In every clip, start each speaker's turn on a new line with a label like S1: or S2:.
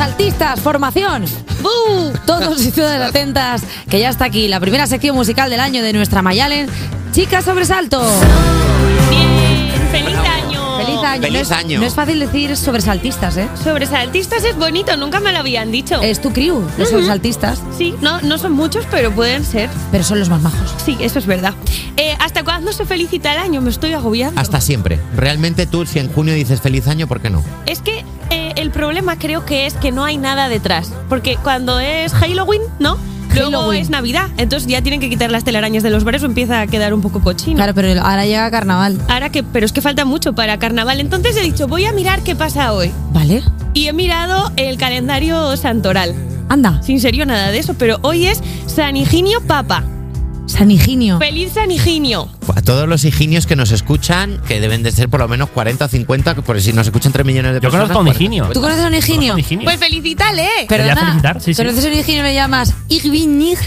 S1: Saltistas, formación. ¡Bú! Todos y todas atentas, que ya está aquí la primera sección musical del año de nuestra Mayalen, Chica Sobresalto.
S2: Bien, feliz año.
S1: Feliz año.
S3: Feliz
S1: no es,
S3: año.
S1: no es fácil decir sobresaltistas, ¿eh?
S2: Sobresaltistas es bonito, nunca me lo habían dicho.
S1: Es tu crew, los sobresaltistas,
S2: Sí, no, no son muchos, pero pueden ser.
S1: pero son los más majos.
S2: Sí, eso es verdad. Eh, ¿Hasta cuándo se felicita el año? Me estoy agobiando.
S3: Hasta siempre. Realmente tú, si en junio dices feliz año, ¿por qué no?
S1: Ah.
S2: Es que eh, el problema creo que es que no hay nada detrás. Porque cuando es Halloween, ¿no? Luego
S1: Halloween.
S2: es Navidad. Entonces ya tienen que quitar las telarañas de los bares o empieza a quedar un poco cochino.
S1: Claro, pero ahora llega carnaval.
S2: Ahora que, pero es que falta mucho para carnaval. Entonces he dicho, voy a mirar qué pasa hoy.
S1: ¿Vale?
S2: Y he mirado el calendario santoral.
S1: Anda,
S2: Sin serio nada de eso, pero hoy es San Higinio Papa.
S1: San Higinio.
S2: ¡Feliz San Higinio!
S3: A todos los higinios que nos escuchan, que deben de ser por lo menos 40 o 50, porque si nos escuchan 3 millones de
S4: Yo
S3: personas.
S4: conozco a un
S3: 40,
S4: higinio.
S1: ¿Tú conoces a un Higinio?
S4: Conozco a Higinio.
S2: Pues felicítale.
S4: Quería
S1: Perdona,
S4: felicitar, sí, sí.
S1: conoces a un Higinio y le llamas Igviñig.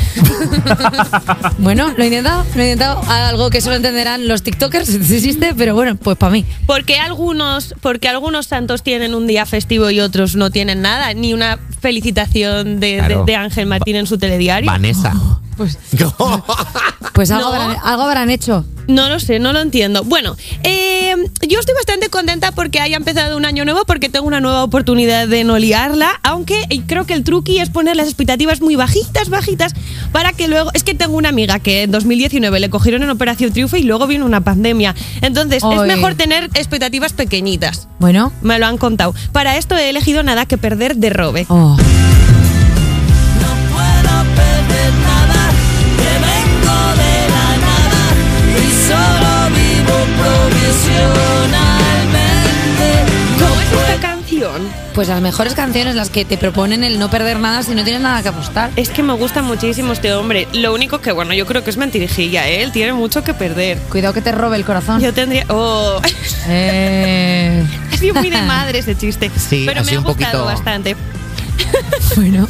S1: bueno, lo he intentado, lo he intentado. Algo que solo entenderán los TikTokers, si existe, pero bueno, pues para mí.
S2: Porque algunos, porque algunos santos tienen un día festivo y otros no tienen nada, ni una felicitación de,
S3: Claro.
S2: de- de Ángel Martín en su telediario.
S3: Vanessa.
S2: Oh,
S1: Pues,
S3: Yo
S1: pues algo,
S2: No.
S1: habrán, algo habrán hecho.
S2: No lo sé, no lo entiendo. Bueno, eh, yo estoy bastante contenta porque haya empezado un año nuevo, porque tengo una nueva oportunidad de no liarla, aunque eh, creo que el truqui es poner las expectativas muy bajitas, bajitas, para que luego... Es que tengo una amiga que en 2019 le cogieron en Operación Triunfo y luego vino una pandemia. Entonces,
S1: Oy.
S2: es mejor tener expectativas pequeñitas.
S1: Bueno.
S2: Me lo han contado. Para esto he elegido nada que perder de Robe.
S1: Oh.
S5: No puedo perder nada, que vengo de la nada y solo vivo provisionalmente.
S2: ¿Cómo es esta canción?
S1: Pues las mejores canciones, las que te proponen el no perder nada si no tienes nada que apostar.
S2: Es que me gusta muchísimo este hombre. Lo único que, bueno, yo creo que es mentirijilla. ¿eh? Él tiene mucho que perder.
S1: Cuidado que te robe el corazón.
S2: Yo tendría. ¡Oh!
S1: Eh,
S2: Ha sido muy de madre ese chiste.
S3: Sí,
S2: pero
S3: ha
S2: me
S3: sido
S2: ha
S3: un
S2: gustado
S3: poquito-
S2: bastante.
S1: bueno,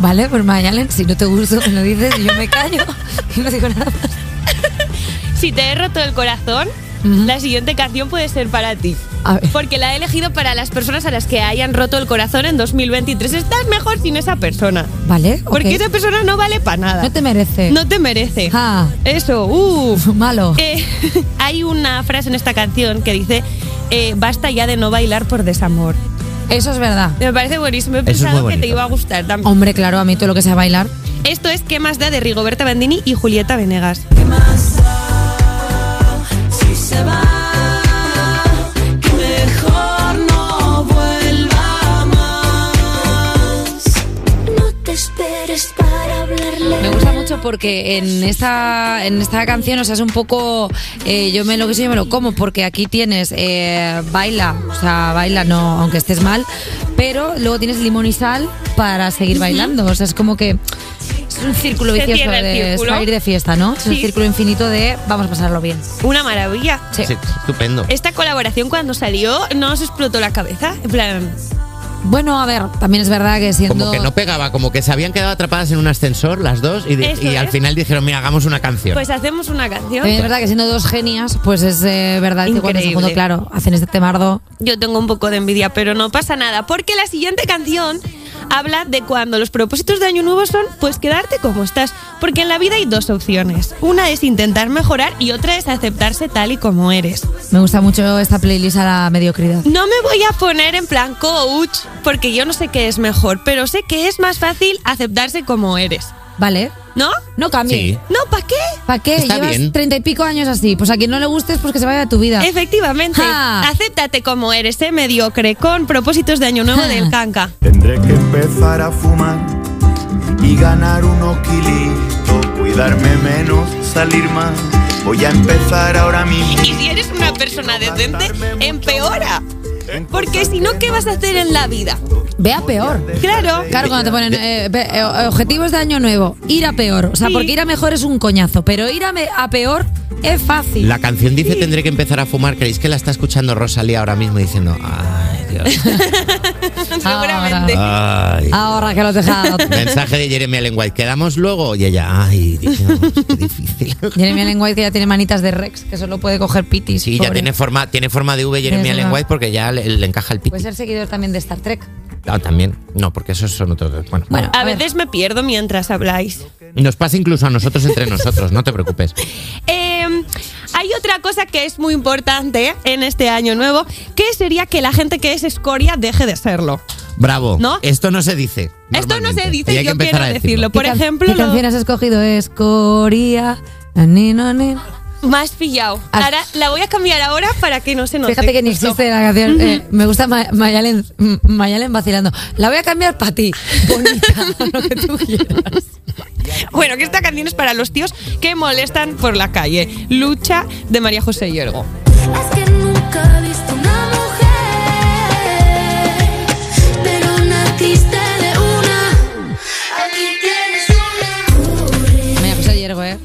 S1: vale, pues Mayalen, si no te gusta, me lo dices y yo me callo y no digo nada más.
S2: Si te he roto el corazón,
S1: Ujú.
S2: la siguiente canción puede ser para ti.
S1: A ver.
S2: Porque la he elegido para las personas a las que hayan roto el corazón en 2023. Estás mejor sin esa persona.
S1: Vale, ok.
S2: Porque esa persona no vale para nada.
S1: No te merece.
S2: No te merece.
S1: Ah.
S2: Eso, uff.
S1: Malo.
S2: Eh, hay una frase en esta canción que dice: eh, Basta ya de no bailar por desamor.
S1: Eso es verdad.
S2: Me parece buenísimo. He
S3: Eso es muy
S2: pensado que te
S3: bonito.
S2: iba a gustar también.
S1: Hombre, claro, a mí todo lo que sea bailar.
S2: Esto es ¿Qué más da de Rigoberta Bandini y Julieta Venegas?
S5: ¿Qué más da si se va? Que mejor no vuelva más.
S6: No te esperes para hablarle.
S1: Me gusta mucho porque en esta, en esta canción, o sea, es un poco. eh, yo me lo que soy, yo me lo como, porque aquí tienes eh, baila, o sea, baila, no, aunque estés mal, pero luego tienes limón y sal para seguir bailando. O sea, es como que. Es un círculo
S2: Se
S1: vicioso
S2: cierra el
S1: de
S2: círculo.
S1: salir de fiesta, ¿no? Es un
S2: Sí.
S1: círculo infinito de vamos a pasarlo bien.
S2: Una maravilla.
S1: Sí.
S3: Sí, estupendo.
S2: Esta colaboración cuando salió no os explotó la cabeza. En plan,
S1: Bueno, a ver, también es verdad que siendo.
S3: Como que no pegaba, como que se habían quedado atrapadas en un ascensor las dos y, de-
S2: Eso
S3: y al
S2: es.
S3: final dijeron, mira, hagamos una canción.
S2: pues hacemos una
S1: También
S2: canción.
S1: es verdad que siendo dos genias, pues es eh, verdad que cuando se
S2: Increíble.
S1: juntó, claro, hacen este temardo.
S2: Yo tengo un poco de envidia, pero no pasa nada, porque la siguiente canción habla de cuando los propósitos de Año Nuevo son pues quedarte como estás, porque en la vida hay dos opciones. Una es intentar mejorar y otra es aceptarse tal y como eres.
S1: Me gusta mucho esta playlist a la mediocridad.
S2: No me voy a poner en plan coach, porque yo no sé qué es mejor, pero sé que es más fácil aceptarse como eres.
S1: Vale,
S2: ¿No?
S1: no cambie.
S3: Sí.
S2: ¿No? ¿Para qué?
S1: ¿Para qué?
S3: Está
S1: Llevas
S3: bien.
S1: treinta y pico años así. Pues a quien no le gustes, pues que se vaya de tu vida.
S2: Efectivamente.
S1: Ja.
S2: Acéptate como eres, ¿eh? mediocre, con propósitos de año nuevo
S1: Ja.
S2: del canca.
S7: Tendré que empezar a fumar y ganar unos kilitos, cuidarme menos, salir más. Voy a empezar ahora mismo.
S2: Y si eres una persona decente, empeora. Porque si no, ¿qué vas a hacer en la vida?
S1: Vea peor.
S2: Claro.
S1: Claro, cuando te ponen eh, pe- eh, objetivos de año nuevo, ir a peor. O sea,
S2: Sí.
S1: porque ir a mejor es un coñazo, pero ir a, me- a peor es fácil.
S3: La canción dice tendré que empezar a fumar. ¿Creéis que la está escuchando Rosalía ahora mismo diciendo, ay, Dios?
S2: Seguramente.
S3: ay"?
S2: Ah,
S1: Ahora que lo has dejado.
S3: Mensaje de Jeremy Allen White. Quedamos luego y ella, ay, Dios, qué difícil.
S1: Jeremy Allen White que ya tiene manitas de Rex, que solo puede coger pitis.
S3: Sí, ya
S1: pobre.
S3: tiene forma, tiene forma de V
S1: Es
S3: Jeremy Allen
S1: verdad.
S3: White porque ya le, le encaja el pito.
S1: Puede ser seguidor también de Star Trek.
S3: Ah, también. No, porque esos son otros. Bueno,
S1: Bueno.
S2: A
S1: A ver.
S2: veces me pierdo mientras habláis.
S3: nos pasa incluso a nosotros entre nosotros, no te preocupes.
S2: Eh, hay otra cosa que es muy importante en este año nuevo, que sería que la gente que es escoria deje de serlo.
S3: Bravo.
S2: ¿No?
S3: Esto no se dice.
S2: Esto no
S3: normalmente.
S2: se
S3: Y
S2: dice,
S3: hay que
S2: yo
S3: empezar
S2: quiero
S3: a
S2: decirlo. Por
S1: ¿Qué can-
S2: ejemplo,
S1: ¿Qué
S2: lo
S1: canción has escogido? Escoria. Nino, nino.
S2: más pillado.
S1: Ah.
S2: Ahora la voy a cambiar ahora para que no se note.
S1: Fíjate que ni
S2: justo.
S1: existe la canción. eh, me gusta Ma- Mayalen, M- Mayalen vacilando. La voy a cambiar para ti. Bonita, lo que tú quieras.
S2: Bueno, que esta canción es para los tíos que molestan por la calle. Lucha de María José Yorgo.
S6: Es que nunca he visto una mujer, pero naciste de una. Aquí tienes una.
S1: María José Yergo, ¿eh?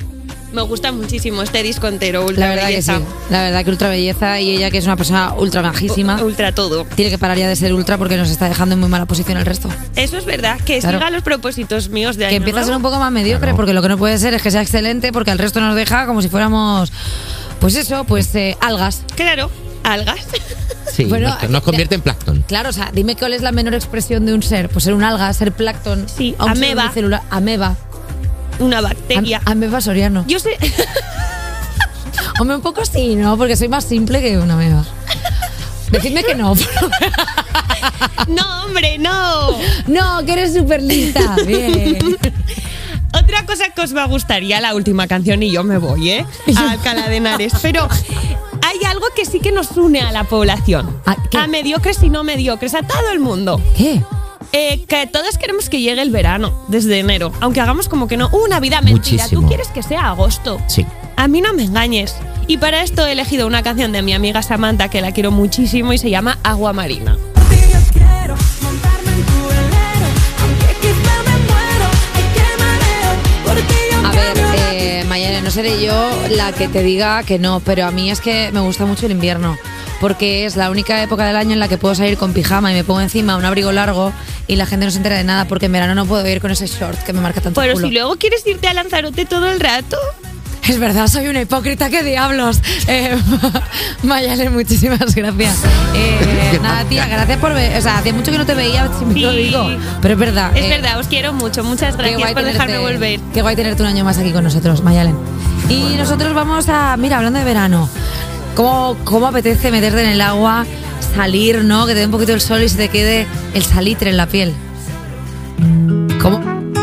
S2: Me gusta muchísimo este disco entero, ultra
S1: La verdad que sí.
S2: belleza.
S1: La verdad que ultra belleza y ella que es una persona ultra majísima.
S2: Ultra todo.
S1: Tiene que parar ya de ser ultra porque nos está dejando en muy mala posición el resto.
S2: Eso es verdad, que
S1: Claro.
S2: siga los propósitos míos de
S1: Que
S2: año
S1: empieza a ser
S2: nuevo.
S1: un poco más mediocre,
S3: Claro.
S1: porque lo que no puede ser es que sea excelente, porque al resto nos deja como si fuéramos, pues eso, pues eh, algas.
S2: Claro, algas.
S3: Sí,
S1: Bueno,
S3: nos, nos convierte en plancton.
S1: Claro, o sea, dime cuál es la menor expresión de un ser. Pues ser un alga, ser plancton,
S2: Sí,
S1: a un ser
S2: ameba.
S1: unicelular- ameba.
S2: Una
S1: Am-
S2: bacteria.
S1: ameba soriano.
S2: Yo sé.
S1: Hombre, un poco sí, ¿no? Porque soy más simple que una ameba. Decidme que no.
S2: No, hombre, no.
S1: no, que eres súper lista. Bien.
S2: Otra cosa que os va a gustar, ya la última canción y yo me voy, ¿eh? A Alcalá de Henares. Pero hay algo que sí que nos une a la población.
S3: Ah,
S1: ¿A qué?
S2: A mediocres y no mediocres, a todo el mundo.
S1: ¿Qué?
S2: Eh, que todos queremos que llegue el verano, desde enero. Aunque hagamos como que no. Una vida mentira.
S3: Muchísimo.
S2: Tú quieres que sea agosto.
S3: Sí.
S2: A mí no me engañes. Y para esto he elegido una canción de mi amiga Samantha, que la quiero muchísimo y se llama Agua Marina.
S5: Papi, yo quiero montarme en tu velero, aunque quizá me muero, hay que mareo, por ti yo
S1: A ver,
S5: cambio la
S1: eh, Mayane, no seré yo la que te diga que no, pero a mí es que me gusta mucho el invierno, porque es la única época del año en la que puedo salir con pijama y me pongo encima un abrigo largo y la gente no se entera de nada, porque en verano no puedo ir con ese short que me marca tanto
S2: Pero
S1: culo.
S2: si luego quieres irte a Lanzarote todo el rato.
S1: Es verdad, soy una hipócrita, qué diablos. Eh, Mayane, muchísimas gracias. Eh, nada, tía, gracias por ver. O sea, hace mucho que no te veía, si me lo
S2: Sí.
S1: digo. Pero es verdad.
S2: Es
S1: eh,
S2: verdad, os quiero mucho. Muchas
S1: Qué
S2: gracias
S1: guay
S2: por dejarme
S1: tenerte-
S2: volver.
S1: Qué guay tenerte un año más aquí con nosotros, Mayalen. Y nosotros vamos a, mira, hablando de verano, ¿cómo, ¿cómo apetece meterte en el agua, salir, ¿no? Que te dé un poquito el sol y se te quede el salitre en la piel. ¿Cómo?